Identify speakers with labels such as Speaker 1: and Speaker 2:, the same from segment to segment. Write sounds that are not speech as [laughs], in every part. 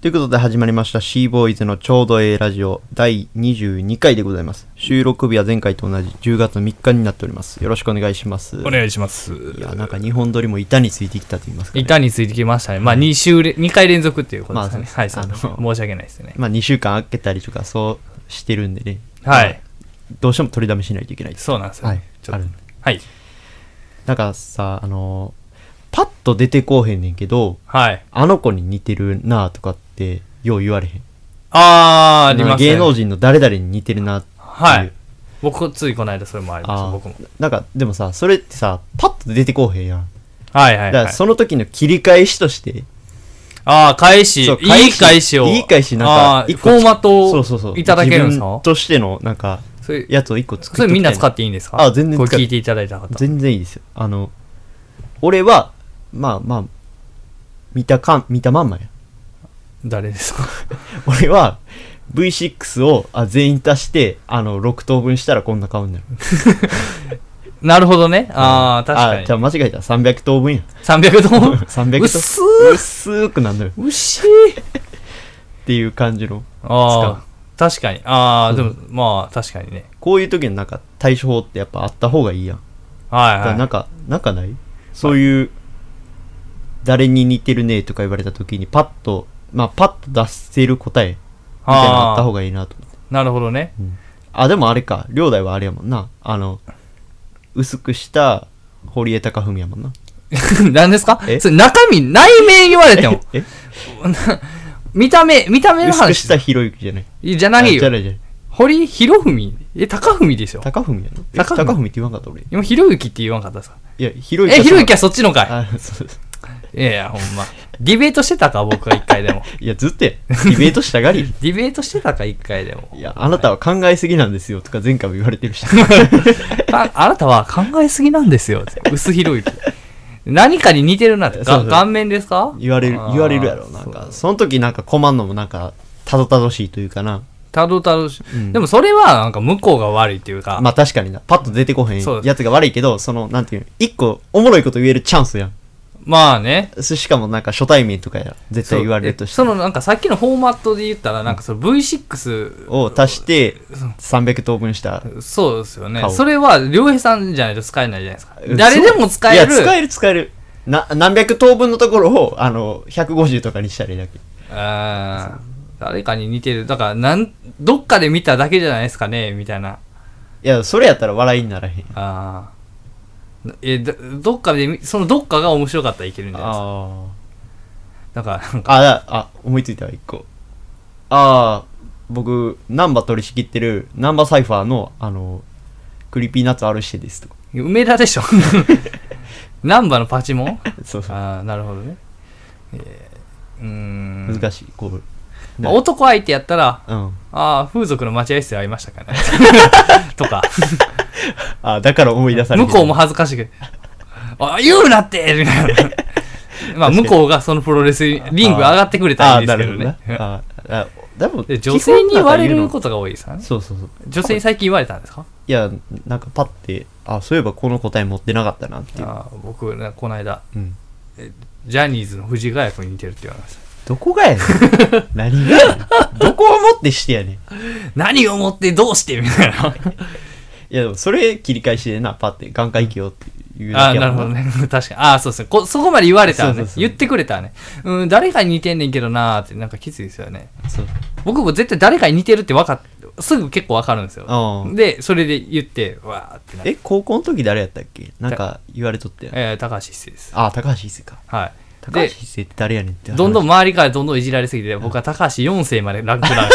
Speaker 1: ということで始まりました C ボーイズのちょうどええラジオ第22回でございます。収録日は前回と同じ10月3日になっております。よろしくお願いします。
Speaker 2: お願いします。
Speaker 1: いや、なんか日本撮りも板についてきたと言いますか、ね。
Speaker 2: 板についてきましたね。まあ、2週れ、2回連続っていうことですかね。
Speaker 1: まあ
Speaker 2: はい、
Speaker 1: そ
Speaker 2: そうう
Speaker 1: です
Speaker 2: 申し訳ないですね。
Speaker 1: まあ2週間空けたりとかそうしてるんでね。
Speaker 2: はい。
Speaker 1: どうしても取りだめしないといけないです。
Speaker 2: そうなんですよ。
Speaker 1: はい。
Speaker 2: ちょ
Speaker 1: あ
Speaker 2: っ
Speaker 1: る
Speaker 2: と。はい。
Speaker 1: なんかさ、あのーパッと出てこうへんねんけど、
Speaker 2: はい。
Speaker 1: あの子に似てるなとかってよう言われへん。
Speaker 2: あー、ありますね。
Speaker 1: 芸能人の誰々に似てるなっていう。
Speaker 2: はい。僕、ついこの間それもありまし
Speaker 1: あ
Speaker 2: た、
Speaker 1: ー
Speaker 2: 僕も。
Speaker 1: なんか、でもさ、それってさ、パッと出てこうへんやん。
Speaker 2: はいは
Speaker 1: だ
Speaker 2: い
Speaker 1: か
Speaker 2: は
Speaker 1: ら
Speaker 2: い。
Speaker 1: その時の切り返しとして、
Speaker 2: あー、返し、
Speaker 1: そう
Speaker 2: いい返しを。
Speaker 1: いい返しなんか
Speaker 2: あー、
Speaker 1: 一
Speaker 2: フ
Speaker 1: 個
Speaker 2: ォーマット
Speaker 1: そうそうそ
Speaker 2: を
Speaker 1: う。
Speaker 2: いただけるんです
Speaker 1: 自分
Speaker 2: か
Speaker 1: としての、なんか、
Speaker 2: それ、
Speaker 1: やつを一個作っ
Speaker 2: それみんな使
Speaker 1: って。
Speaker 2: っていいんですか
Speaker 1: あ全然使
Speaker 2: こ
Speaker 1: って
Speaker 2: れ聞いていただいた方。
Speaker 1: 全然いいですよ。あの、俺は、まあまあ、見たかん、見たまんまや。
Speaker 2: 誰ですか [laughs]
Speaker 1: 俺は、V6 をあ全員足して、あの、6等分したらこんな顔になる。
Speaker 2: なるほどね。あー、
Speaker 1: あ、
Speaker 2: 確
Speaker 1: じゃ
Speaker 2: か
Speaker 1: あ
Speaker 2: に。
Speaker 1: 間違えた。300等
Speaker 2: [laughs]
Speaker 1: 分や。
Speaker 2: 300と
Speaker 1: [laughs]
Speaker 2: も
Speaker 1: 300等分。
Speaker 2: うっす
Speaker 1: うっすーくなんのよ。
Speaker 2: ー。牛ー。
Speaker 1: っていう感じの。
Speaker 2: ああ、確かに。ああ、
Speaker 1: そ
Speaker 2: で
Speaker 1: う
Speaker 2: も、まあ、確かにね。
Speaker 1: こういう時のなんか対処法ってやっぱあった方がいいやん。
Speaker 2: はい
Speaker 1: だから
Speaker 2: は
Speaker 1: ないん。か、なんかないそういう、誰に似てるねとか言われた時にパッと、まあパッと出せる答えみたいなのあった
Speaker 2: あ
Speaker 1: 方がいいなと思って。
Speaker 2: あ、なるほどね。
Speaker 1: あ、でもあれか。両大はあれやもんな。あの、薄くした堀江貴文やもんな。
Speaker 2: [laughs] 何ですか
Speaker 1: え
Speaker 2: それ中身、内面言われても。
Speaker 1: え
Speaker 2: 見た目、見た目の
Speaker 1: 薄くし
Speaker 2: 話。
Speaker 1: たひろゆきじゃない。
Speaker 2: じゃない
Speaker 1: あじゃな
Speaker 2: よ。
Speaker 1: いじゃない。
Speaker 2: 堀、博文え、高文でしょ。
Speaker 1: 貴文やろえ
Speaker 2: 貴文
Speaker 1: 貴文って言わんかった俺。い
Speaker 2: 今、ひろゆきって言わんかったですか
Speaker 1: や、ひろゆき
Speaker 2: え、ひろゆき
Speaker 1: は
Speaker 2: はそっちの
Speaker 1: その。
Speaker 2: か
Speaker 1: あ、そうです。
Speaker 2: いいやいや、ほんま。ディベートしてたか、僕は一回
Speaker 1: [laughs]
Speaker 2: でも。
Speaker 1: いや、ずっとや。ディベートしたがり。
Speaker 2: ディベートしてたか、一回でも。
Speaker 1: いや、あなたは考えすぎなんですよとか前回も言われてるし。
Speaker 2: ああなたは考えすぎなんですよ。薄ひろゆき。何かに似てるなっ
Speaker 1: そ
Speaker 2: て。
Speaker 1: うそ
Speaker 2: が
Speaker 1: う
Speaker 2: 顔面ですか
Speaker 1: 言われる、
Speaker 2: あー
Speaker 1: 言われるやろ。なん
Speaker 2: そう
Speaker 1: か、その時なんか困んのもなんか、たどたどしいというかな。
Speaker 2: たどたどし、
Speaker 1: ん
Speaker 2: でもそれはなんか向こうが悪いっていうか、
Speaker 1: まあ確かにな。パッと出てこへ
Speaker 2: そうん
Speaker 1: やつが悪いけど、その、なんていうの、一個おもろいこと言えるチャンスやん。
Speaker 2: まあね
Speaker 1: すしかもなんか初対面とかや絶対言われるとして
Speaker 2: そうえそのなんかさっきのフォーマットで言ったらなんかその V6
Speaker 1: を足して、300等分した。
Speaker 2: そうですよね
Speaker 1: 顔
Speaker 2: それは良平さんじゃないと使えないじゃないですか
Speaker 1: うん
Speaker 2: 誰でも使える
Speaker 1: いや、使える使える。な、何百等分のところを、あの、150とかにしたらいいだけ。
Speaker 2: うん誰かに似てるだからなんどっかで見ただけじゃないですかねみたいない
Speaker 1: や、それやったら笑いにならへん。
Speaker 2: あーえどどっかで見そのどっかが面白かったらいけるんじゃないですか
Speaker 1: ああ。
Speaker 2: だからなんか
Speaker 1: あ、だあ、思いついたわ、一個。ああ、僕、ナンバ取り仕切ってる、ナンバサイファーの、あの、クリーピーナッツ R してですとか。 [laughs]
Speaker 2: 梅田で [laughs] しょ難波のパチモン
Speaker 1: そうそう。
Speaker 2: ああなるほどね、えー、うーん
Speaker 1: 難しい、こう。
Speaker 2: まあ、男相手やったら
Speaker 1: うん。
Speaker 2: ああ風俗の待合室で会いまし
Speaker 1: [laughs]
Speaker 2: たかねとか
Speaker 1: あだから思い出され
Speaker 2: 向
Speaker 1: て
Speaker 2: こうも。恥ずかしくあ言うなってみたいなまあ向こうがそのプロレスリング上がってくれたら
Speaker 1: あ
Speaker 2: いい
Speaker 1: ーな
Speaker 2: ですけ
Speaker 1: るほど
Speaker 2: どね
Speaker 1: ね。
Speaker 2: [laughs]
Speaker 1: あーあ、でも、
Speaker 2: で女性に言われ
Speaker 1: 基本なん
Speaker 2: る
Speaker 1: か
Speaker 2: ことが多いですか
Speaker 1: 言うの
Speaker 2: ね
Speaker 1: そうそうそう。
Speaker 2: 女性に最近言われたんですか
Speaker 1: いや、なんかパッて、あそういえばこの答え持ってなかったなっていう。
Speaker 2: あー僕なこの間
Speaker 1: うん。
Speaker 2: ジャニーズの藤ヶ谷君に似てるって言われました
Speaker 1: どこ
Speaker 2: [laughs]
Speaker 1: がやねん。何がやねん。どこをもってしてやねん。い
Speaker 2: 何をもってどうしてみたいな
Speaker 1: や、でもそれ切り返しでな、パッて、眼科行けよっていう
Speaker 2: あ
Speaker 1: だ
Speaker 2: あ
Speaker 1: け
Speaker 2: な
Speaker 1: や
Speaker 2: る
Speaker 1: もん
Speaker 2: ほどね。 [laughs] 確かに。ああ、そうですね。こそこまで言われたらね
Speaker 1: そうそうそう
Speaker 2: 言ってくれたらね。うん、誰かに似てんねんけどなーって、なんかきついですよね。
Speaker 1: そう。
Speaker 2: 僕も絶対誰かに似てるって分かっ、すぐ結構分かるんですよ。
Speaker 1: あー
Speaker 2: で、それで言って、わーってなって。
Speaker 1: え高校の時誰やったっけなんか言われとったよね
Speaker 2: えー、高橋一生です。
Speaker 1: ああ高橋一生か
Speaker 2: はい。
Speaker 1: 高橋
Speaker 2: で、
Speaker 1: 一生って誰やねんって話
Speaker 2: どんど
Speaker 1: ん
Speaker 2: ん周りからどんどんいじられすぎて、僕は高橋4世までラン
Speaker 1: [laughs]
Speaker 2: クダウン。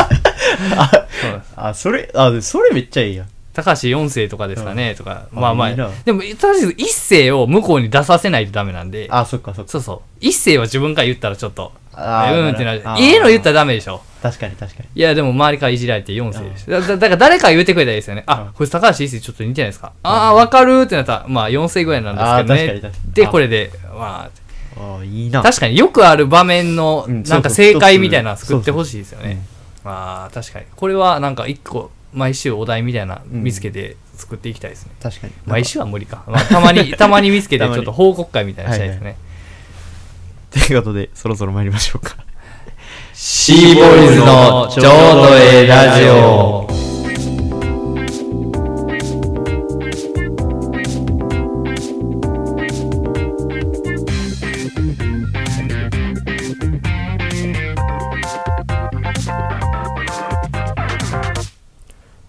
Speaker 2: そうです
Speaker 1: あそれあそれめっちゃいいやん
Speaker 2: 高橋4世とかですかね、とか。まあま
Speaker 1: いいな
Speaker 2: あ、でも、とりあえず一世を向こうに出させないとダメなんで。
Speaker 1: あそっかそっか
Speaker 2: そうそう。一世は自分から言ったらちょっと、
Speaker 1: あー
Speaker 2: うんってなる
Speaker 1: なるほ。ど
Speaker 2: 家の言ったらダメでしょ。
Speaker 1: 確かに確かに
Speaker 2: いや、でも周りからいじられて4世でした。だだだから誰か言ってくれたらいいですよね。
Speaker 1: うん
Speaker 2: あ、これ高橋一世ちょっと似てないですか。ああ、わかるってなったら、まあ4世ぐらいなんですけど
Speaker 1: あー確かに
Speaker 2: ね
Speaker 1: 確か。に
Speaker 2: で、
Speaker 1: あ
Speaker 2: これで、ま
Speaker 1: ああいい
Speaker 2: あ、
Speaker 1: な
Speaker 2: 確かによくある場面の、
Speaker 1: うん
Speaker 2: なんか
Speaker 1: そうそう
Speaker 2: 正解みたいなの作ってほしいですよ
Speaker 1: そうそう
Speaker 2: ね。まあ、確かに。これはなんか一個、毎週お題みたいな見つけて作っていきたいですね。
Speaker 1: 確かに
Speaker 2: 毎週は無理か。まあ、た
Speaker 1: [laughs]
Speaker 2: まに、たまに見つけて、ちょっと報告会みたいなのしたいですね。
Speaker 1: ということでそろそろ参りましょうかシーボーイズのちょうどええラジオ。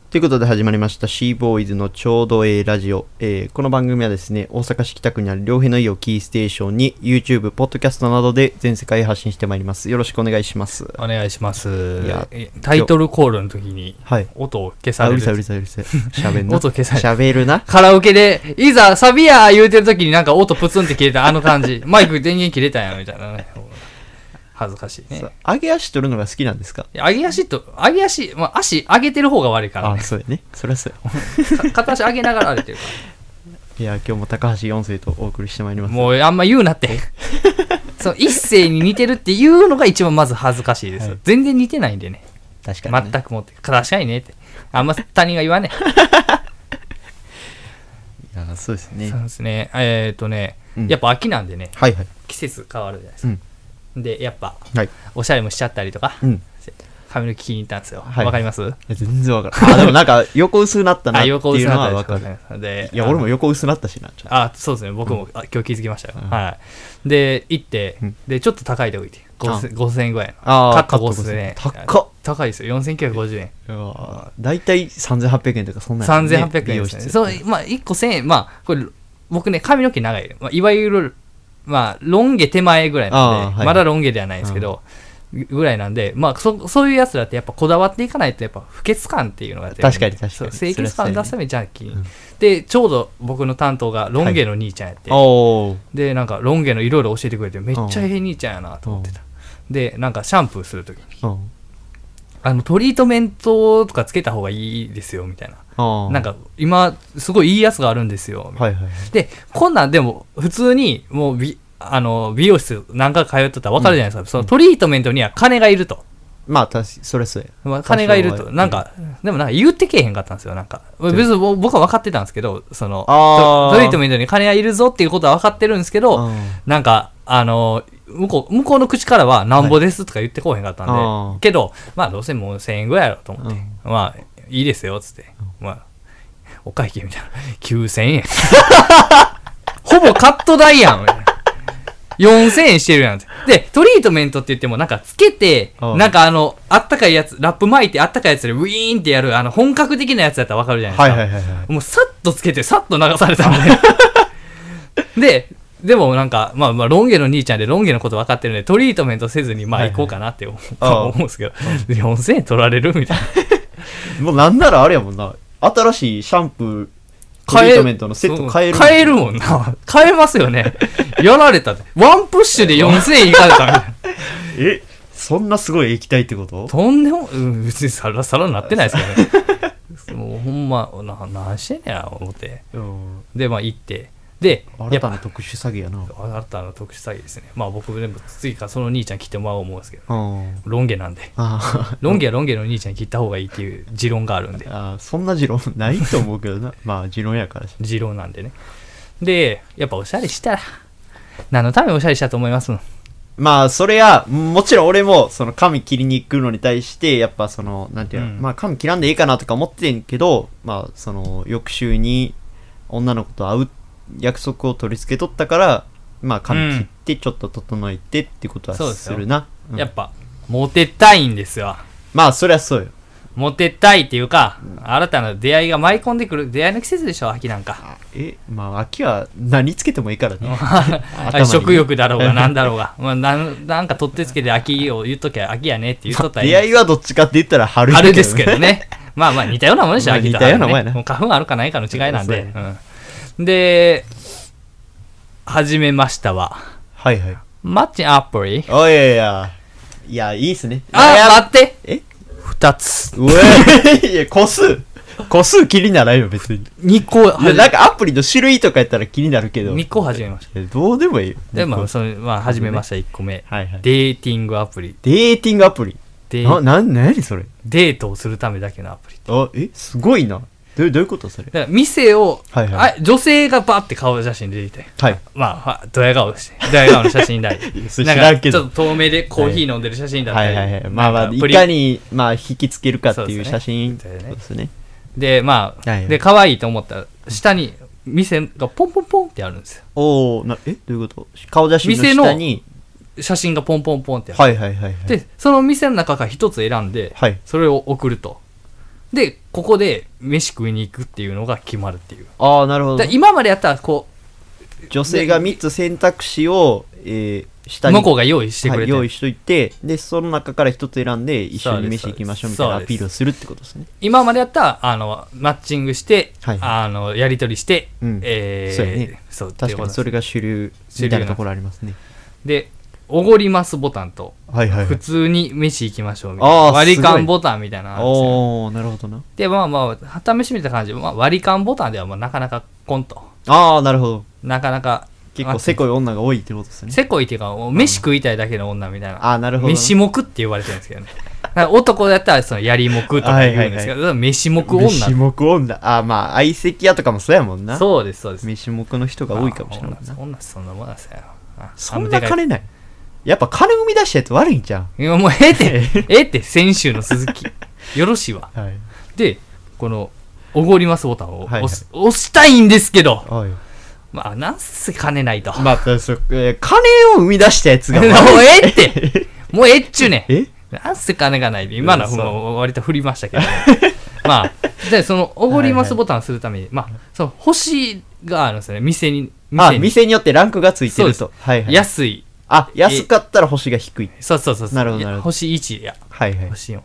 Speaker 1: ということで始まりましたシーボーイズのちょうどええラジオ、えーこの番組はですね、大阪市北区にある両平の家をキーステーションに YouTube、ポッドキャストなどで全世界へ発信してまいります。よろしくお願いします。
Speaker 2: お願いします
Speaker 1: いや
Speaker 2: えタイトルコールの時に
Speaker 1: はい。
Speaker 2: 音を消さ
Speaker 1: あ、う
Speaker 2: れ
Speaker 1: るさいう
Speaker 2: る
Speaker 1: るさいうるさい。喋んな。
Speaker 2: 音消される
Speaker 1: 喋るな。
Speaker 2: カラオケで、いざサビや言うてる時になんか音プツンって切れたあの感
Speaker 1: [laughs]
Speaker 2: じ。マイク電源切れたんやみたいなね。恥ずかしいね
Speaker 1: さ。上げ足取るのが好きなんですか
Speaker 2: いや上げ足と、上げ足、まあ、足上げてる方が悪いから
Speaker 1: あ、
Speaker 2: ね。
Speaker 1: そうやね。そりゃそうや。
Speaker 2: [laughs] か片足上げながら歩いてるか
Speaker 1: いや、今日も高橋四世とお送りしてまいりま
Speaker 2: ら。
Speaker 1: す。
Speaker 2: もうあんま言うな
Speaker 1: [laughs]
Speaker 2: って。そう、一世に似てるっていうのが一番まず恥ずかしいです。
Speaker 1: はい
Speaker 2: 全然似てないんでね。
Speaker 1: 確かに、ね。
Speaker 2: 全くもって。確かにねって。あんま他人が言わねえ。
Speaker 1: いや、そうですね
Speaker 2: そう。ですね。えっ、とね、
Speaker 1: うん
Speaker 2: やっぱ秋なんでね、
Speaker 1: はいはい。
Speaker 2: 季節変わるじゃないです
Speaker 1: う
Speaker 2: か。
Speaker 1: ん。
Speaker 2: で、やっぱ、
Speaker 1: はい。
Speaker 2: おしゃれもしちゃったりとか、
Speaker 1: うん。
Speaker 2: 髪の毛気に入ったんですよ。わ、
Speaker 1: はい
Speaker 2: かります
Speaker 1: いや全然わからん。あ、でもなんか、横薄なったなっ
Speaker 2: [laughs] あ、
Speaker 1: ていう
Speaker 2: 横薄
Speaker 1: のは
Speaker 2: な
Speaker 1: わ
Speaker 2: った
Speaker 1: か
Speaker 2: りと
Speaker 1: る。
Speaker 2: かねで。
Speaker 1: いや、
Speaker 2: あの
Speaker 1: 俺も横薄なったしな、ちょっと。
Speaker 2: あ、そうですね。僕も、あ今日気づきましたよ。
Speaker 1: うん
Speaker 2: はい。で、行って
Speaker 1: うん、
Speaker 2: で、ちょっと高いとこ行って、5000 5000円ぐらいの。
Speaker 1: あー
Speaker 2: カッ
Speaker 1: カ
Speaker 2: ト
Speaker 1: ット
Speaker 2: 5000円。
Speaker 1: 5000高っ
Speaker 2: 高いですよ。4950円。
Speaker 1: いやー大体3800円とかそんなんやね
Speaker 2: 3800円ですね。そう、まあ、1個1000円。まあ、これ、僕ね、髪の毛長い。まあ、いわゆる、まあ、ロン毛手前ぐらいな
Speaker 1: あ
Speaker 2: ん
Speaker 1: ー
Speaker 2: で、
Speaker 1: はい
Speaker 2: まだロン毛ではないんですけど、ぐらいなんで、まあ、そそういうやつらってやっぱこだわっていかないとやっぱ不潔感っていうのが出るんで
Speaker 1: 確かに確かに
Speaker 2: そう
Speaker 1: それ
Speaker 2: 清
Speaker 1: は
Speaker 2: 潔
Speaker 1: そう
Speaker 2: 感
Speaker 1: やね
Speaker 2: 出すためにジャンキーに、
Speaker 1: うん
Speaker 2: でちょうど僕の担当がロン毛の兄ちゃんやって、
Speaker 1: おー
Speaker 2: でなんかロン毛のいろいろ教えてくれてめっちゃええ兄ちゃんやなと思ってたでなんかシャンプーするときに
Speaker 1: うん
Speaker 2: あのトリートメントとかつけた方がいいですよみたいな
Speaker 1: あー
Speaker 2: なんか今すごいいいやつがあるんですよみたい
Speaker 1: はいはいはい
Speaker 2: なでこんなんでも普通にもうびあの美容室何回か通っとったら分かるじゃないですかそのトリートメントには金がいると
Speaker 1: まあ確かそれそうや
Speaker 2: まあ、金がいる
Speaker 1: 多少
Speaker 2: と。
Speaker 1: は
Speaker 2: なんか、でもなんか言ってけえへんかったんですよ、なんか。別にぼ僕は分かってたんですけど、その、
Speaker 1: あー
Speaker 2: トトリートメントに金がいるぞっていうことは分かってるんですけど、
Speaker 1: うん
Speaker 2: なんか、あの、向こう、向こうの口からはなんぼですとか言ってこうへんかったんで、
Speaker 1: はいあー
Speaker 2: けど、まあどうせもう1000円ぐらいやろと思って、
Speaker 1: う
Speaker 2: まあいいですよ、つって。まあ、お会計みたいな。9000円。 [laughs] ほぼカット代やん。みたいな4000円してるやんって。で、トリートメントって言っても、なんかつけて、
Speaker 1: うん
Speaker 2: なんかあの、あったかいやつ、ラップ巻いてあったかいやつでウィーンってやる、あの、本格的なやつだったらわかるじゃないです
Speaker 1: はい
Speaker 2: か。
Speaker 1: はいはいはい
Speaker 2: もうさっとつけて、さっと流されたん
Speaker 1: [laughs]
Speaker 2: で。で、でもなんか、まあまあ、ロン毛の兄ちゃんでロン毛のこと分かってるんで、トリートメントせずに、まあ
Speaker 1: はいはい
Speaker 2: 行こうかなって思,、
Speaker 1: ああ
Speaker 2: うんですけど、4000円取られるみたいな。
Speaker 1: もうなんならあれやもんな新しいシャンプートリートメントのセット変える
Speaker 2: 変えるもんな。変えますよね。やられたって。ワンプッシュで4000円いかれたみたいな。
Speaker 1: えそんなすごい液体ってこと
Speaker 2: とんでも、うん、別にさらさらなってない
Speaker 1: [laughs]
Speaker 2: ですけどね。もうほんま、な、なんしてんねや、思って。
Speaker 1: うん
Speaker 2: で、まあ行って。で、
Speaker 1: 新た
Speaker 2: やっ
Speaker 1: な特殊詐欺やな
Speaker 2: ぱ新たな特殊詐欺ですね。まあ僕でも次からその兄ちゃん切ってもらおう思うんですけど、
Speaker 1: うん
Speaker 2: ロン毛なんで。
Speaker 1: あー
Speaker 2: ロン毛はロン毛の兄ちゃんに切った方がいいっていう持論があるんで。
Speaker 1: あーそんな持論ないと思うけどなまあ持論やからし
Speaker 2: 持論なんでね。で、やっぱおしゃれしたら、何のためにおしゃれしたと思いますの
Speaker 1: まあそれはもちろん俺もその髪切りに行くのに対してやっぱそのなんていうの、
Speaker 2: うん
Speaker 1: まあ髪切らんでいいかなとか思ってんけどまあその翌週に女の子と会う約束を取り付けとったからまあ髪切ってちょっと整えてってことは
Speaker 2: そうです
Speaker 1: す
Speaker 2: よ
Speaker 1: るな、うん
Speaker 2: やっぱ、モテたいんですよ。
Speaker 1: まあそりゃそうよ
Speaker 2: モテたいっていうか、新たな出会いが舞い込んでくる出会いの季節でしょ、秋なんか。
Speaker 1: えまあ秋は何つけてもいい
Speaker 2: [laughs]
Speaker 1: からね [laughs] 頭に
Speaker 2: 食欲だろうが何だろうが、まあ、なんなんか取ってつけて秋を言っときゃ秋やねって言っとったらいい
Speaker 1: 出会いはどっちかって言ったら [laughs] 春や
Speaker 2: 春ですけどね [laughs] まあまあ似たようなもんでしょ、
Speaker 1: まあ
Speaker 2: 秋と
Speaker 1: 似たようなもんやな
Speaker 2: 春ねもう花粉あるかないかの違いなんで
Speaker 1: そう、
Speaker 2: うんで始めましたわ
Speaker 1: はいはい
Speaker 2: マッチングアプリ
Speaker 1: おいやいやいやいいっすね
Speaker 2: あ待って
Speaker 1: え
Speaker 2: 2つ
Speaker 1: うえ [laughs] いや個数個数気にならんよ
Speaker 2: [laughs]
Speaker 1: 別に
Speaker 2: 2個
Speaker 1: い
Speaker 2: 始
Speaker 1: や
Speaker 2: め
Speaker 1: なんかアプリの種類とかやったら気になるけど
Speaker 2: 2個始めました
Speaker 1: いやどうでもいいよ
Speaker 2: でま
Speaker 1: 猫
Speaker 2: あそのまあ始めました1個目、
Speaker 1: はいはい
Speaker 2: デーティングアプリ
Speaker 1: デーティングアプリ
Speaker 2: で
Speaker 1: なな何それ
Speaker 2: デートをするためだけのアプリ
Speaker 1: あえすごいなどうどういうことそれ
Speaker 2: だから店を、
Speaker 1: はいはい
Speaker 2: あ女性がバーって顔写真出てきて、
Speaker 1: はい
Speaker 2: まあ、あドヤ顔して、ドヤ顔の写真だり
Speaker 1: [laughs] いやそ、れ
Speaker 2: なん
Speaker 1: 知らん
Speaker 2: か
Speaker 1: け
Speaker 2: ち
Speaker 1: ど
Speaker 2: ょっと透明でコーヒー飲んでる写真だっ
Speaker 1: は
Speaker 2: た
Speaker 1: い
Speaker 2: り、
Speaker 1: はいはいまあまあ
Speaker 2: なん
Speaker 1: い
Speaker 2: プリ
Speaker 1: かにまあ引きつけるかって
Speaker 2: そう
Speaker 1: い
Speaker 2: で
Speaker 1: う
Speaker 2: すね
Speaker 1: 写真
Speaker 2: そうですね
Speaker 1: そうですね
Speaker 2: で、まあ、
Speaker 1: はいはい
Speaker 2: で、可愛いと思ったら、下に店がポンポンポンってあるんですよ。
Speaker 1: おおなえどういうこと顔写真の
Speaker 2: 店の
Speaker 1: 下に
Speaker 2: 写真がポンポンポンってある。
Speaker 1: はいはいはいはい
Speaker 2: で、その店の中から一つ選んで、
Speaker 1: はい
Speaker 2: それを送ると。で、ここで飯食いに行くっていうのが決まるっていう。
Speaker 1: ああなるほど
Speaker 2: だから今までやったら、こ
Speaker 1: 女性が3つ選択肢を、えー
Speaker 2: う、
Speaker 1: 下に
Speaker 2: 向こうが用意してく
Speaker 1: は
Speaker 2: れて
Speaker 1: い、
Speaker 2: る、
Speaker 1: 用意しといてでその中から1つ選んで一緒に飯
Speaker 2: そう
Speaker 1: 行
Speaker 2: です
Speaker 1: きましょうみたいな
Speaker 2: そ
Speaker 1: ア
Speaker 2: うです
Speaker 1: ピールをするってことですね
Speaker 2: 今までやったらあのマッチングして、
Speaker 1: はい
Speaker 2: あのやり取りして、
Speaker 1: うん
Speaker 2: えー
Speaker 1: そうやね
Speaker 2: そうっていう
Speaker 1: 確
Speaker 2: こ
Speaker 1: か
Speaker 2: と
Speaker 1: にそれが主流みたいなところありますね
Speaker 2: でおごりますボタンと
Speaker 1: はいはい、は
Speaker 2: 普
Speaker 1: い、
Speaker 2: 通に飯行きましょうみたいな
Speaker 1: あー
Speaker 2: 割り
Speaker 1: すごい
Speaker 2: 勘ボタンみたいなのあるんですよ
Speaker 1: おおなるほどな
Speaker 2: でまあまあ試してみた感じ、まあ、割り勘ボタンではまあなかなかコンと
Speaker 1: ああなるほど
Speaker 2: なかなか
Speaker 1: 結構せこい女が多いってことですね
Speaker 2: せこいっていうかもう飯食いたいだけの女みたいな
Speaker 1: あーなるほど
Speaker 2: 飯目って言われてるんですけどねだから男だったらそのやり目とか言うんですけど、飯目
Speaker 1: 飯
Speaker 2: 女
Speaker 1: 目女あーまあ相席屋とかもそうやもんな
Speaker 2: そうですそうです
Speaker 1: 飯目の人が多いかもしれないな
Speaker 2: そんなそんなもんなんすよ。あ
Speaker 1: そ
Speaker 2: あ
Speaker 1: ん
Speaker 2: で
Speaker 1: な
Speaker 2: かい
Speaker 1: 金ないやっぱ金生み出したやつ悪いんじゃん
Speaker 2: いやもうええって、ええって、先週の鈴木。よろしいわ。
Speaker 1: はい
Speaker 2: で、この、おごりますボタンを
Speaker 1: はいはい
Speaker 2: 押す、押したいんですけど、
Speaker 1: はい
Speaker 2: まあ、なんせ金ないと。
Speaker 1: まあそうえー金を生み出したやつが
Speaker 2: [laughs] もう [laughs]
Speaker 1: 悪い
Speaker 2: ええ
Speaker 1: [laughs]
Speaker 2: って、もうええっちゅうねん。
Speaker 1: え
Speaker 2: なんせ金がないで、今のは
Speaker 1: そう
Speaker 2: もう割と振りましたけど、 [laughs] まあ、で、その、おごりますボタンをするために、まあ、その、星があるんですよね、店に。
Speaker 1: あ
Speaker 2: に
Speaker 1: 店によってランクがついてる
Speaker 2: そう
Speaker 1: とはいはい
Speaker 2: 安い。
Speaker 1: あ安かったら星が低い
Speaker 2: そうそうそうそう。
Speaker 1: なるほどなるほど
Speaker 2: 星1や。
Speaker 1: はいはい
Speaker 2: 星4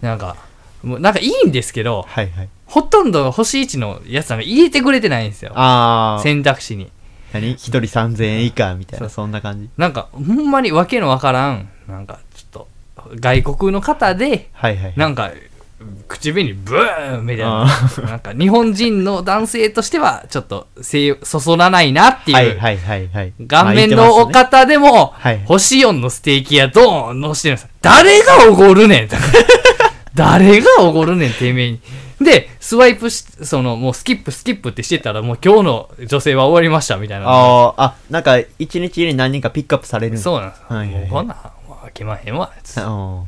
Speaker 2: なんかもうなんかいいんですけど
Speaker 1: はいはい
Speaker 2: ほとんど星1のやつなんか入れてくれてないんですよ
Speaker 1: ああ
Speaker 2: 選択肢に
Speaker 1: 何一人3000円以下みたい
Speaker 2: そ
Speaker 1: な
Speaker 2: う
Speaker 1: そんな感じ
Speaker 2: なんかほんまにわけのわからんなんかちょっと外国の方で
Speaker 1: はいはい
Speaker 2: なんか口紅ブーンみたい
Speaker 1: あ
Speaker 2: ななんか日本人の男性としてはちょっとせそそらないなって
Speaker 1: はいいうはいはいはい
Speaker 2: 顔面
Speaker 1: まあ
Speaker 2: の
Speaker 1: 言っ
Speaker 2: お
Speaker 1: てますね
Speaker 2: 方でも
Speaker 1: はい
Speaker 2: 星4のステーキ屋ドーンのしてるんです誰がおごるねん [laughs] 誰がおごるねんてめえにでスワイプしそのもうスキップスキップってしてたらもう今日の女性は終わりましたみたいな
Speaker 1: あーあなんか一日に何人かピックアップされる
Speaker 2: そううなんです、
Speaker 1: はいはいはい
Speaker 2: もうこんなんもう開けまへんわつってほ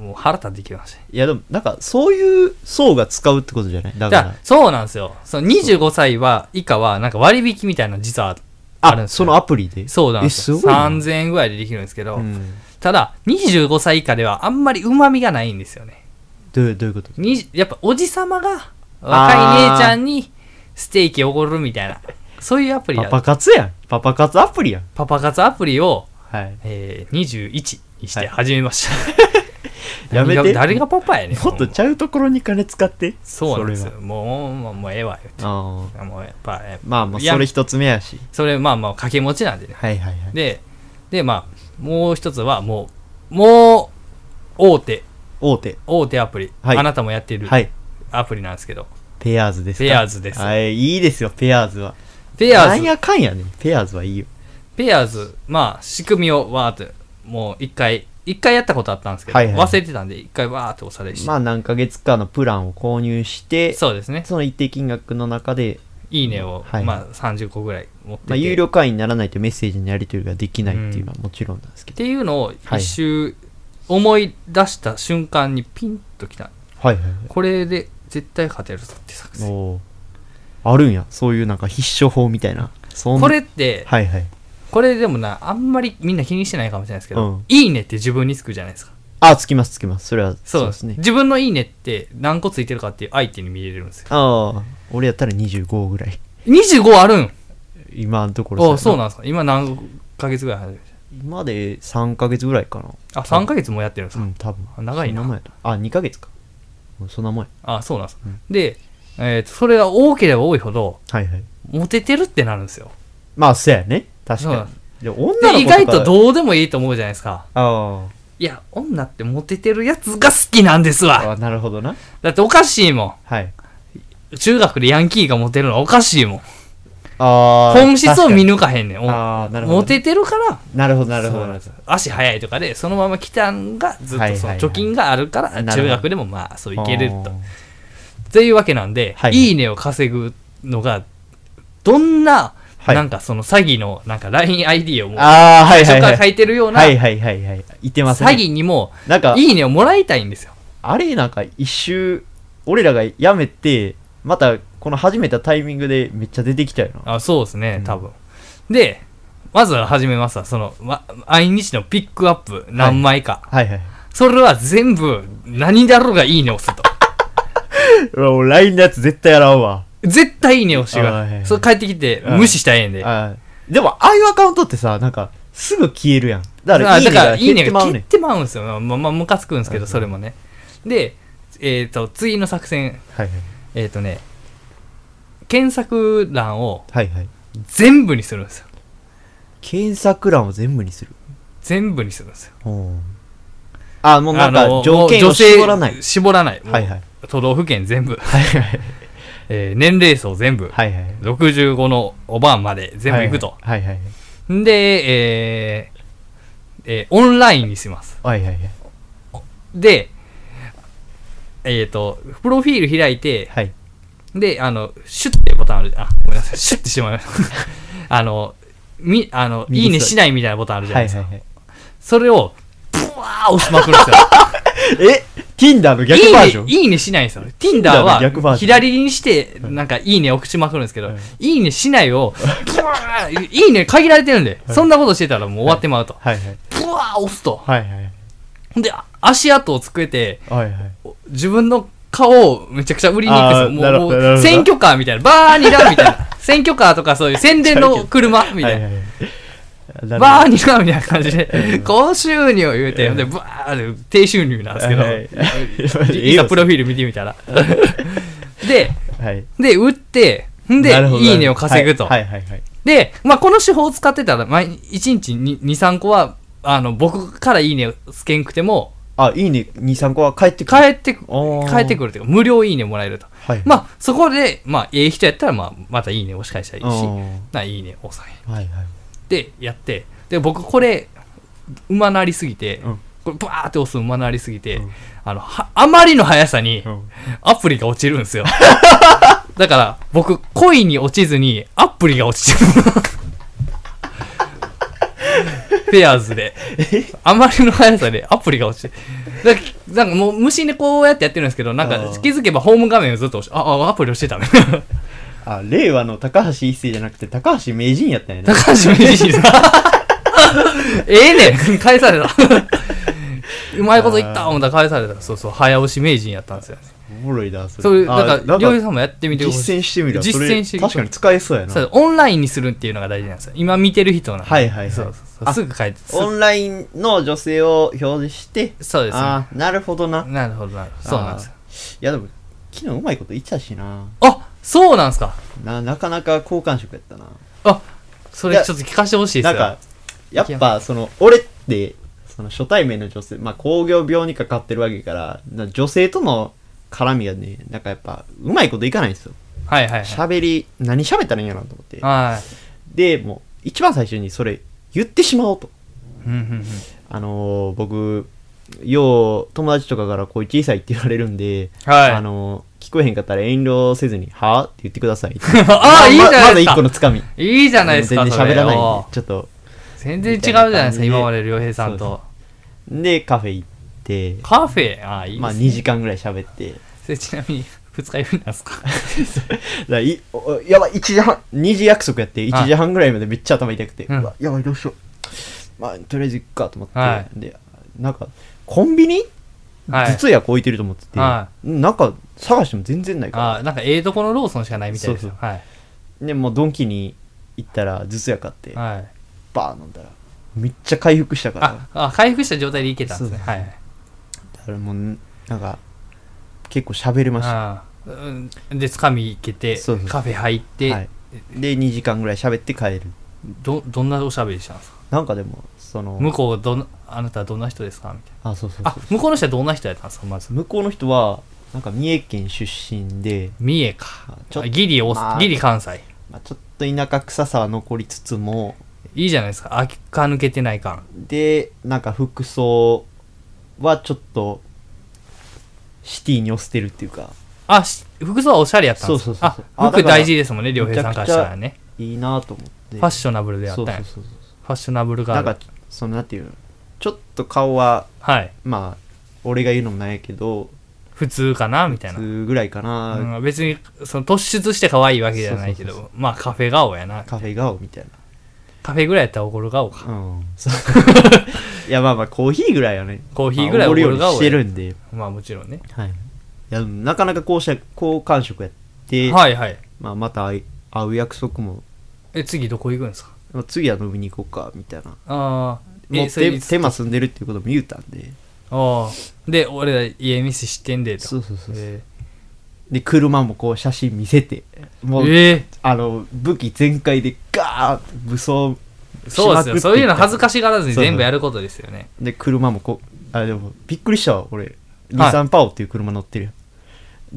Speaker 2: もう腹立ってきました
Speaker 1: いやでもなんかそういう層が使うってことじゃないだ
Speaker 2: じ
Speaker 1: から
Speaker 2: ゃそうなんですよその25歳は以下はなんか割引みたいなの実はあ
Speaker 1: あ
Speaker 2: るんです
Speaker 1: そのアプリで
Speaker 2: そうなん
Speaker 1: え
Speaker 2: です
Speaker 1: す
Speaker 2: よ
Speaker 1: ごいな
Speaker 2: 3000円ぐらいでできるんですけど、
Speaker 1: うん
Speaker 2: ただ25歳以下ではあんまりうまみがないんですよね
Speaker 1: どうどういうこと
Speaker 2: にやっぱおじさまが若い姉ちゃんにステーキおごるみたいなそういうアプリ
Speaker 1: パ
Speaker 2: や
Speaker 1: パ活やんパパ活アプリやん
Speaker 2: パパ活アプリを、
Speaker 1: はい
Speaker 2: えー、21にして始めまし
Speaker 1: [laughs]
Speaker 2: た、
Speaker 1: やめて
Speaker 2: 誰が誰がパパやねん
Speaker 1: もっとち
Speaker 2: ゃ
Speaker 1: ゃうところに金使って
Speaker 2: そうなんです
Speaker 1: れ
Speaker 2: よ
Speaker 1: は
Speaker 2: もうもうもうええわ言うて
Speaker 1: あー
Speaker 2: もうやっぱやっぱ
Speaker 1: まあまあ
Speaker 2: いや
Speaker 1: それ一つ目やし
Speaker 2: それまあまあ掛け持ちなんでね
Speaker 1: はいはいはい
Speaker 2: ででまあもう一つはもうもう大手
Speaker 1: 大手
Speaker 2: 大手アプリ、
Speaker 1: はい
Speaker 2: あなたもやってる
Speaker 1: はい
Speaker 2: アプリなんですけど、
Speaker 1: ペアーズですか
Speaker 2: ペアーズです
Speaker 1: はいいいですよペアーズは
Speaker 2: ペアーズ
Speaker 1: なんやかんやねペアーズはいいよ
Speaker 2: ペアーズ、まあ、仕組みをわーって、もう一回、一回やったことあったんですけど、
Speaker 1: はいはい
Speaker 2: 忘れてたんで、一回わーっておされして、
Speaker 1: まあ何ヶ月かのプランを購入して
Speaker 2: そうですね、
Speaker 1: その一定金額の中で、
Speaker 2: いいねを、
Speaker 1: はい
Speaker 2: まあ、30個ぐらい持ってて、
Speaker 1: まあ、有料会員にならないとメッセージのやり取りができないっていうのはもちろんなんですけ
Speaker 2: っ
Speaker 1: ど、
Speaker 2: ていうのを
Speaker 1: は
Speaker 2: 一
Speaker 1: い
Speaker 2: 周思い出した瞬間にピンときた。
Speaker 1: はいはいはい
Speaker 2: これで絶対勝てるぞって作戦。
Speaker 1: おーあるんやそういうなんか必勝法みたいなそんな
Speaker 2: これって、
Speaker 1: はいはい
Speaker 2: これでもな、あんまりみんな気にしてないかもしれないですけど、
Speaker 1: うん
Speaker 2: いいねって自分につくじゃないですか。
Speaker 1: あつきますつきますそれは
Speaker 2: そう
Speaker 1: ですね
Speaker 2: 自分のいいねって何個ついてるかっていう相手に見れるんですよ。
Speaker 1: ああ俺やったら25ぐらい
Speaker 2: 25あるん
Speaker 1: 今のところ
Speaker 2: あそう
Speaker 1: な
Speaker 2: なんですか今何ヶ月ぐらい始めて
Speaker 1: 今で3ヶ月ぐらいかな
Speaker 2: あ三3ヶ月もやってるんです
Speaker 1: う
Speaker 2: か、
Speaker 1: ん多分
Speaker 2: あ長いな
Speaker 1: そんもんやとあ2ヶ月かうんそんなもんや
Speaker 2: あそうなんです、で、えーとそれが多ければ多いほど
Speaker 1: はいはい
Speaker 2: モテてるってなるんですよ
Speaker 1: まあそうやね確
Speaker 2: そうなん
Speaker 1: か
Speaker 2: で
Speaker 1: にで女の子
Speaker 2: で意外
Speaker 1: か
Speaker 2: とどうでもいいと思うじゃないですか
Speaker 1: あ
Speaker 2: いや女ってモテてるやつが好きなんです
Speaker 1: あ
Speaker 2: わ
Speaker 1: あなるほどな
Speaker 2: だっておかしいも
Speaker 1: はい
Speaker 2: ん中学でヤンキーがモテるのはおかしいもん
Speaker 1: ああ
Speaker 2: 本質を見
Speaker 1: る
Speaker 2: 抜かへんねんお
Speaker 1: あーなるほど
Speaker 2: モテてるから
Speaker 1: なるほどなるほ
Speaker 2: そう
Speaker 1: ど
Speaker 2: なんです足速いとかでそのまま来たんがずっ
Speaker 1: はいはい
Speaker 2: とその
Speaker 1: はい
Speaker 2: 貯金があるから
Speaker 1: なるほど
Speaker 2: 中学でもまあそういける
Speaker 1: あ
Speaker 2: と
Speaker 1: ー
Speaker 2: というわけなんで、
Speaker 1: はい
Speaker 2: い、いねを稼ぐのが、どんな、
Speaker 1: はい
Speaker 2: なんかその詐欺の、なんか LINEID をもう、
Speaker 1: ああ、はい
Speaker 2: 最
Speaker 1: はい、
Speaker 2: 初から
Speaker 1: は
Speaker 2: 書
Speaker 1: い。
Speaker 2: いてるような、
Speaker 1: はいはいはいはい。言ってますね。
Speaker 2: 詐欺にも、
Speaker 1: なんか、
Speaker 2: いいねをもらいたいんですよ。
Speaker 1: あれなんか一周、俺らがやめて、またこの始めたタイミングでめっちゃ出てきたよな。
Speaker 2: あそうです
Speaker 1: う
Speaker 2: ね
Speaker 1: ん、
Speaker 2: 多分。で、まずは始めますわ。その、ま、毎日のピックアップ、何枚か。
Speaker 1: はいはい。
Speaker 2: [laughs] それは全部、何だろうがいいねをすると。
Speaker 1: うわ、もう LINE のやつ絶対やらんわ。
Speaker 2: 絶対いいねをしてくだ
Speaker 1: あーはい
Speaker 2: さ
Speaker 1: はい
Speaker 2: い。それ帰ってきて、
Speaker 1: うん
Speaker 2: 無視したらええんで。
Speaker 1: あーでも、ああいうアカウントってさ、なんか、すぐ消えるやん。だから、いいねが
Speaker 2: いい
Speaker 1: 減っ
Speaker 2: ね
Speaker 1: てま
Speaker 2: が
Speaker 1: う
Speaker 2: 切
Speaker 1: ね
Speaker 2: っ
Speaker 1: ん。
Speaker 2: てまうんですよ。まあ、まあ、ムカつくんですけど、それもね。で、えっ、と、次の作戦、
Speaker 1: はいはい。
Speaker 2: えっ、とね、検索欄を
Speaker 1: はいはい。
Speaker 2: 全部にするんですよ。
Speaker 1: 検索欄を全部にする。
Speaker 2: 全部にするんですよ。
Speaker 1: あ、もうなん
Speaker 2: あ
Speaker 1: か
Speaker 2: の
Speaker 1: 条件を
Speaker 2: 女性
Speaker 1: 絞らない。
Speaker 2: 絞らない。もう
Speaker 1: はいはい。
Speaker 2: 都道府県全部、
Speaker 1: はいはい。
Speaker 2: [laughs] えー年齢層全部、
Speaker 1: はいはい。
Speaker 2: 65のおばあまで全部行くと。
Speaker 1: はいはい。
Speaker 2: んで、えーえーオンラインにします。
Speaker 1: はいはいはい。
Speaker 2: で、えっ、と、プロフィール開いて、
Speaker 1: はい。
Speaker 2: で、あの、シュッてボタンある。あ、ごめんなさい。シュッてしてまいました。 [laughs] あの、み、あの、
Speaker 1: 右
Speaker 2: いいね
Speaker 1: 下
Speaker 2: しないみたいなボタンあるじゃな
Speaker 1: はいい
Speaker 2: です
Speaker 1: は
Speaker 2: か。
Speaker 1: いはい。
Speaker 2: それを、ブワー押しまくるんですよ。
Speaker 1: え ?Tinder の [laughs] 逆バージョン
Speaker 2: いいね、いいねしないんですよ。
Speaker 1: Tinder
Speaker 2: Tinder
Speaker 1: の逆バー
Speaker 2: は、
Speaker 1: ジョン
Speaker 2: 左にして、なんか、いいねを口まくるんですけど、
Speaker 1: はい
Speaker 2: い、いねしないを、ブワー、いいね限られてるんで、そんなことしてたらもう終わってまうと。
Speaker 1: はいはい。
Speaker 2: ブワー押すと。
Speaker 1: はいはい。
Speaker 2: ほんで、あ足跡をつけて、
Speaker 1: はいはい。
Speaker 2: 自分の顔をめちゃくちゃ売りに行くんです
Speaker 1: あー
Speaker 2: よ。もう
Speaker 1: なるほどなる
Speaker 2: も
Speaker 1: ほ
Speaker 2: う
Speaker 1: ど
Speaker 2: 選挙カーみたいな。バーニラー
Speaker 1: [laughs]
Speaker 2: みたいな。選挙カーとかそういう宣伝の車みたい
Speaker 1: は
Speaker 2: な。
Speaker 1: いはい。
Speaker 2: バーニラーみたいな感じで、高収入を言うて、ほんで、バーで低収入なんですけど、
Speaker 1: はい
Speaker 2: いざプロフィール見て
Speaker 1: [laughs]
Speaker 2: みたら。で、
Speaker 1: はい。
Speaker 2: で、売って、んで
Speaker 1: なるほ、ど
Speaker 2: いいねを稼ぐと。
Speaker 1: はいはいはい。
Speaker 2: で、まあ、この手法を使ってたら、毎1日に2、3個は、あの、僕からいいねをつけんくても、
Speaker 1: あ、いいね。2、3個は帰ってくる。
Speaker 2: 返ってく、
Speaker 1: おー
Speaker 2: 返ってくるというか、無料いいねもらえると。
Speaker 1: はい。
Speaker 2: まあ、そこで、まあ、ええ人やったら、まあ、またいいね押し返したらいいし
Speaker 1: うん、
Speaker 2: な、いいね押さへん。
Speaker 1: はいはい。
Speaker 2: で、やって、で、僕、これ、馬なりすぎて、
Speaker 1: うん
Speaker 2: これ、バーって押す馬なりすぎて、
Speaker 1: うん
Speaker 2: あの、はあまりの速さに
Speaker 1: う、ん
Speaker 2: アプリが落ちるんですよ。 [laughs] だから、僕、恋に落ちずに、アプリが落 [laughs] ちてる。フェアーズで。あまりの速さでアプリが落ちて。だなんかもう無心でこうやってやってるんですけど、なん
Speaker 1: あ
Speaker 2: か
Speaker 1: ー
Speaker 2: 気づけばホーム画面をずっと押して、あ、あ、アプリ押し
Speaker 1: [laughs]
Speaker 2: てたみたいな。
Speaker 1: あ、令和の高橋一生じゃなくて高橋名人やったんやね。
Speaker 2: 高橋名人さん。 [laughs] ええねん返された。うまいこと言った思ったら返された。そうそう、早押し名人やったんですよね。
Speaker 1: おもろいな、それ。
Speaker 2: そういう、
Speaker 1: あ
Speaker 2: だから、りょうじさんもやってみてほしい。
Speaker 1: 実践してみる
Speaker 2: 実践してみ
Speaker 1: 確かに使えそうやな
Speaker 2: そうオンラインにするっていうのが大事なんですよ今見てる人なんで
Speaker 1: はいはいはい
Speaker 2: そうそうそ
Speaker 1: あ
Speaker 2: うすぐ書いてす
Speaker 1: オンラインの女性を表示して
Speaker 2: そうですね
Speaker 1: ああなるほどな
Speaker 2: なるほどなるほどそうなんですよ
Speaker 1: いやでも昨日うまいこと言ってたしな
Speaker 2: あそうなんですか
Speaker 1: ななかなか好感触やったな
Speaker 2: あそ
Speaker 1: い
Speaker 2: れ
Speaker 1: や
Speaker 2: ちょっと聞かせてほしい
Speaker 1: な
Speaker 2: です
Speaker 1: ん
Speaker 2: よ
Speaker 1: かやっぱその俺ってその初対面の女性まあ工業病にかかってるわけやからな女性との絡みがねなんかやっぱうまいこといかないんですよ
Speaker 2: はいはいはい
Speaker 1: 喋り何喋ったらいいんやろうと思って
Speaker 2: はい
Speaker 1: でもう一番最初にそれ言ってしまおうと
Speaker 2: うんうんうん
Speaker 1: あのー僕よう友達とかから声小さいって言われるんで、
Speaker 2: はい
Speaker 1: あのー聞こえへんかったら遠慮せずに「は?」って言ってください
Speaker 2: [laughs] あいいじゃ
Speaker 1: ま
Speaker 2: ない
Speaker 1: まず
Speaker 2: です
Speaker 1: 一
Speaker 2: か
Speaker 1: 個のつかみ
Speaker 2: いいじゃないですか
Speaker 1: 全然喋らないん
Speaker 2: そ
Speaker 1: でちょっと
Speaker 2: れを全然違うじゃないですか
Speaker 1: みたいな感じで
Speaker 2: 今まで良平さん
Speaker 1: そう
Speaker 2: と
Speaker 1: でカフェ行って
Speaker 2: カフェあいい
Speaker 1: まあ
Speaker 2: です
Speaker 1: 2
Speaker 2: ね
Speaker 1: 時間ぐらい喋って
Speaker 2: それちなみに2日酔いな
Speaker 1: [laughs]
Speaker 2: んですか
Speaker 1: だからいおおやばい1時半2時約束やって1時半ぐらいまでめっちゃ頭痛くて、
Speaker 2: うん
Speaker 1: うわやばいどうしよう、まあ、とりあえず行くかと思って、
Speaker 2: は
Speaker 1: でなんかコンビニ
Speaker 2: はい
Speaker 1: 頭痛薬置いてると思ってて、
Speaker 2: は
Speaker 1: なんか探しても全然ないから
Speaker 2: あなんかええとこのローソンしかないみたいです
Speaker 1: そ
Speaker 2: よ
Speaker 1: う
Speaker 2: はい
Speaker 1: でもうドンキに行ったら頭痛薬買って、
Speaker 2: はい
Speaker 1: バー飲んだらめっちゃ回復したから
Speaker 2: ああ回復した状態でいけたんですね
Speaker 1: そう
Speaker 2: はいはい
Speaker 1: だからもうなんか結構喋れました、
Speaker 2: ああうんでつかみ行けて
Speaker 1: そうそう
Speaker 2: カフェ入って、
Speaker 1: はい、で2時間ぐらい喋って帰る
Speaker 2: どどんなおしゃべりしたんですか
Speaker 1: なんかでもその
Speaker 2: 向こうどんあなたはどんな人ですかみたい
Speaker 1: あそうそう
Speaker 2: な
Speaker 1: そ
Speaker 2: あ
Speaker 1: う
Speaker 2: 向こうの人はどんな人やったんですかまず
Speaker 1: 向こうの人はなんか三重県出身で、
Speaker 2: 三重か
Speaker 1: あちょっと
Speaker 2: ギリお、
Speaker 1: まあ
Speaker 2: ギリ関西
Speaker 1: まあ、ちょっと田舎臭さは残りつつも
Speaker 2: いいじゃないですかあか抜けてない感
Speaker 1: でなんか服装はちょっとシティに寄せてるっていうか
Speaker 2: あし服装はおしゃれやったんです
Speaker 1: そうそうそうそう
Speaker 2: あ
Speaker 1: あだか
Speaker 2: 服
Speaker 1: ら
Speaker 2: 大事ですもんね良平さんからしたらね
Speaker 1: いいなと思って
Speaker 2: ファッショナブルでやった
Speaker 1: そ
Speaker 2: ん
Speaker 1: う
Speaker 2: や
Speaker 1: そうそう
Speaker 2: ファッショナブル
Speaker 1: な
Speaker 2: が
Speaker 1: んかそのなんていうのちょっと顔は
Speaker 2: はい
Speaker 1: まあ俺が言うのもないけど
Speaker 2: 普通かなみたい
Speaker 1: 普
Speaker 2: な、
Speaker 1: 通ぐらいかな、
Speaker 2: うん、別にその突出して可愛いわけじゃないけど
Speaker 1: そうそう
Speaker 2: まあカフェ顔やな
Speaker 1: カフェ顔みたい
Speaker 2: カフェぐらいやったら怒る顔か
Speaker 1: なうんそう [laughs] いやまあまあコーヒーぐらいはね
Speaker 2: コーヒーぐらい
Speaker 1: まあおごるよう
Speaker 2: お
Speaker 1: に
Speaker 2: ごるが
Speaker 1: してるんで、
Speaker 2: まあもちろんね
Speaker 1: はい、いやなかなかこうしゃ好感触やって、
Speaker 2: はいはい
Speaker 1: まあ、また会い会う約束も
Speaker 2: え次どこ行くんですか
Speaker 1: まあ次は飲みに行こうかみたいな
Speaker 2: ああ
Speaker 1: もう
Speaker 2: それ
Speaker 1: 手
Speaker 2: いつ
Speaker 1: 手間済んでるっていうことも言うたんで
Speaker 2: ああで俺ら家見せ知ってんでと
Speaker 1: そうそうそうそう
Speaker 2: え
Speaker 1: で車もこう写真見せてもう、
Speaker 2: ーえ
Speaker 1: あの武器全開でガーッと武装
Speaker 2: ーそうですよそういうの恥ずか
Speaker 1: し
Speaker 2: しがらずに
Speaker 1: そうそう
Speaker 2: 全部やることですよね
Speaker 1: いで車もこうあでもびっくりしたわ俺日産パオっていう車乗ってるや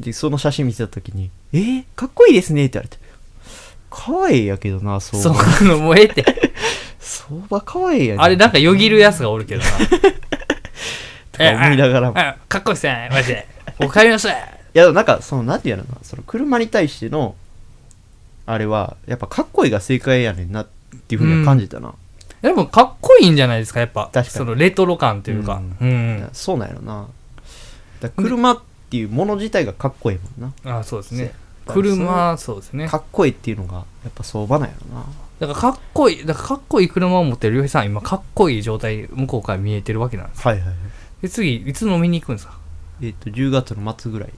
Speaker 1: ん、でその写真見せた時に「えー、かっこいいですね」って言われて「可愛いやけどな相
Speaker 2: そう
Speaker 1: 場
Speaker 2: あのもうええって
Speaker 1: [laughs] 相場可愛いやね
Speaker 2: あれなんかよぎるやつがおるけどな
Speaker 1: [laughs] とか思いながらも [laughs]
Speaker 2: あかっこいいっすねマジでおかえりなさい
Speaker 1: いやでもなんかそのなんていうのかなその車に対してのあれはやっぱかっこいいが正解やねんなっていうふうには感じたな、
Speaker 2: でもかっこいいんじゃないですかやっぱ
Speaker 1: かに
Speaker 2: そのレトロ感というかう、
Speaker 1: うんいやそうなんやろなだから車っていうもの自体がかっこいいもんな
Speaker 2: あそうです
Speaker 1: そう
Speaker 2: ね
Speaker 1: や
Speaker 2: 車そうですね
Speaker 1: かっこいいっていうのがやっぱ相場なんやろな
Speaker 2: だからかっこいいだからかっこいい車を持ってる良平さん今かっこいい状態向こうから見えてるわけなんです
Speaker 1: はいはいはい
Speaker 2: で次いつ飲みに行くんですか、
Speaker 1: えっ、と10月の末ぐらい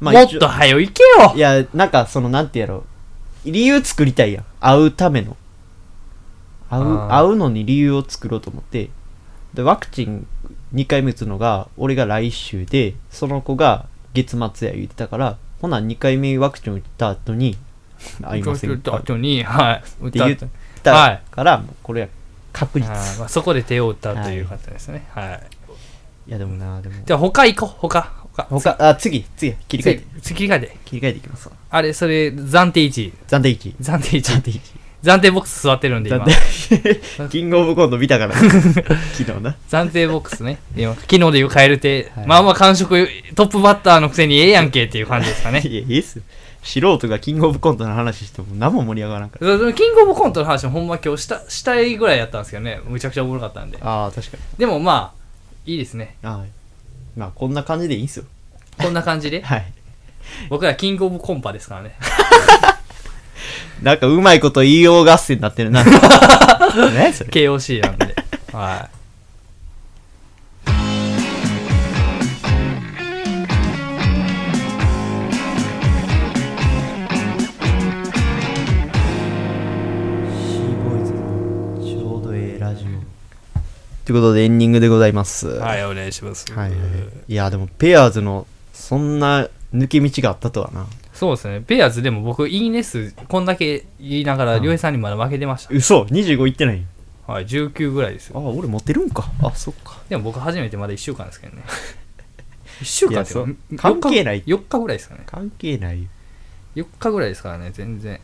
Speaker 2: もっ
Speaker 1: 一応
Speaker 2: と早よ行けよ
Speaker 1: いやなんかそのなんてやろう理由作りたいやん会うための会う
Speaker 2: あ
Speaker 1: 会
Speaker 2: ー
Speaker 1: うのに理由を作ろうと思ってでワクチン2回目打つのが俺が来週でその子が月末や言ってたからほな2回目ワクチン打った後に会いませんか
Speaker 2: 歌
Speaker 1: っ
Speaker 2: ってたに、はい、歌
Speaker 1: 言っ
Speaker 2: っ
Speaker 1: たたからもうこれは確実
Speaker 2: あーまあ、そこで手を打ったという方ですね。はい。
Speaker 1: いやでもなでも
Speaker 2: じゃあ、他行こう、他、他。
Speaker 1: 他あ次次切り替えて
Speaker 2: 次切り替えて。
Speaker 1: 切り替えていきますわ
Speaker 2: あれ、それ、暫定1位。
Speaker 1: 暫定1位
Speaker 2: [laughs] 暫定
Speaker 1: 暫
Speaker 2: 1
Speaker 1: 定1位
Speaker 2: 位。暫定ボックス座ってるんで、
Speaker 1: 暫
Speaker 2: 今。
Speaker 1: 定キングオブコント見
Speaker 2: [laughs]
Speaker 1: たから昨日な
Speaker 2: 暫定ボックスね。今昨日で言うカエルて、
Speaker 1: はい
Speaker 2: まあまあ感触、トップバッターのくせにええやんけっていう感じですかね。
Speaker 1: いや、いいっすよ。素人がキングオブコントの話しても何も盛り上がらんから。
Speaker 2: そうでもキングオブコントの話もほんま今日したしたいぐらいやったんですけどね。むちゃくちゃおもろかったんで。
Speaker 1: ああ、確かに。
Speaker 2: でもまあ、いいですね。
Speaker 1: はい。まあ、こんな感じでいいんすよ。
Speaker 2: こんな感じで。
Speaker 1: はい。
Speaker 2: 僕らキングオブコンパですからね。 [laughs]
Speaker 1: なんか、うまいこと言いよう合戦になって [laughs] るな。ねそれ。
Speaker 2: KOC なんで。はい。
Speaker 1: シーボーイズのちょうどええラジオ。ということで、エンディングでございます。
Speaker 2: はい、お願いします。
Speaker 1: はいはい。いや、でも、ペアーズの、そんな抜け道があったとはな。
Speaker 2: そうですね。ペアーズでも僕、いいね数、こんだけ言いながら、りょうへいさんにまだ負けてました。
Speaker 1: 嘘 !25 いってない
Speaker 2: はい、19ぐらいです
Speaker 1: あ
Speaker 2: よ。
Speaker 1: あ、俺モテるんか。あ、そっか。
Speaker 2: でも僕、初めてまだ1週間です
Speaker 1: [laughs]
Speaker 2: けどね。1週間って
Speaker 1: いやそう関係ない
Speaker 2: 4日ぐらいですかね。
Speaker 1: 関係ないよ。
Speaker 2: 4日ぐらいですからね、全然。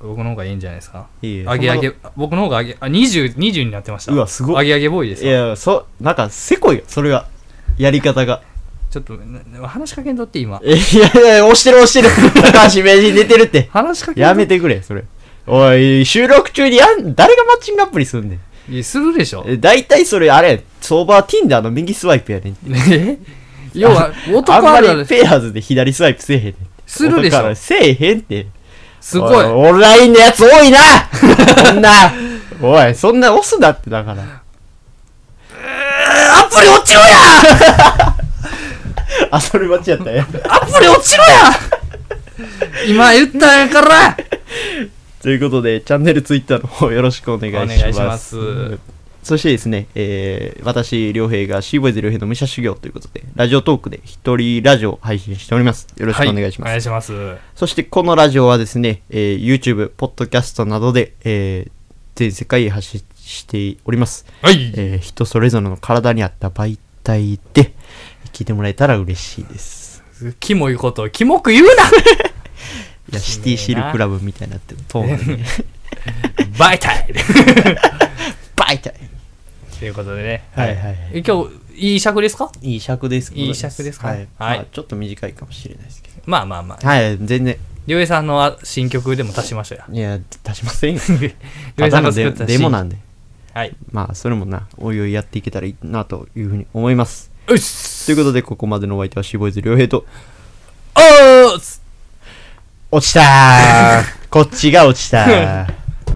Speaker 2: 僕の方がいいんじゃないですか。
Speaker 1: いいよ
Speaker 2: あげあげ、僕の方があげ、あ、20、20になってました。
Speaker 1: うわすごい
Speaker 2: あげあげボーイです
Speaker 1: い
Speaker 2: よ。
Speaker 1: や、そ、なんか、せこいよ、それは。やり方が。
Speaker 2: ちょっと、な話しかけんとって、今。
Speaker 1: え [laughs] いやいやいや、押してる押してる。高橋名人寝てるって。
Speaker 2: 話しかけんと
Speaker 1: やめてくれ、それ。おい、収録中にやん、誰がマッチングアプリすんねん。
Speaker 2: いやするでしょ。
Speaker 1: え大体それ、あれ、相場は Tinder の右スワイプやねん。
Speaker 2: え要は、
Speaker 1: あん
Speaker 2: 男
Speaker 1: ま
Speaker 2: あるある
Speaker 1: りペアーズで左スワイプせえへんねん。
Speaker 2: するでしょ
Speaker 1: 男あるあるせえへんって。
Speaker 2: すごい。
Speaker 1: おオンラインのやつ多いなそんな。おい、そんな押すなってだから。
Speaker 2: [laughs] アプリ落ちろや
Speaker 1: [laughs] あ、それ間違ったよ。
Speaker 2: アプリ落ちろや今言ったんやから
Speaker 1: ということで、チャンネル、ツイッターの方よろしくお願いします。
Speaker 2: お願いします
Speaker 1: そしてですね、えー、私、良平がシーボーイズ良平の武者修行ということで、ラジオトークで一人ラジオを配信しております。よろしくお願いします。
Speaker 2: お願いします。
Speaker 1: そして、このラジオはですね、えー YouTube、ポッドキャストなどで、えー全世界へ発信しております。
Speaker 2: はい。
Speaker 1: えー人それぞれの体に合った媒体で、聞いてもらえたら嬉しいです。
Speaker 2: キモいことをキモく言うな
Speaker 1: いや、シティシルクラブみたいに [laughs] なってる。トーンがね、
Speaker 2: バイタイ
Speaker 1: バイタイ
Speaker 2: [laughs] ということでね。
Speaker 1: はいはいはい
Speaker 2: え今日、いい尺ですか
Speaker 1: いい尺です
Speaker 2: いい尺ですか
Speaker 1: はい、
Speaker 2: はい
Speaker 1: まあちょっと短いかもしれないですけど
Speaker 2: まあまあまあ。
Speaker 1: はい全然
Speaker 2: りょうえさんのあ新曲でも足しましょうや。
Speaker 1: いや足し [laughs] ませんよ
Speaker 2: りょう
Speaker 1: た
Speaker 2: え
Speaker 1: だ
Speaker 2: さんが
Speaker 1: の
Speaker 2: 作
Speaker 1: デ
Speaker 2: った
Speaker 1: デモなんで
Speaker 2: はい。
Speaker 1: まあそれもなおいおいやっていけたらいいなというふうに思います
Speaker 2: うっす
Speaker 1: ということでここまでのお相手はシーボーイズ良平と
Speaker 2: おーっす
Speaker 1: [laughs] 落ちたーこっちが落ちたー [laughs]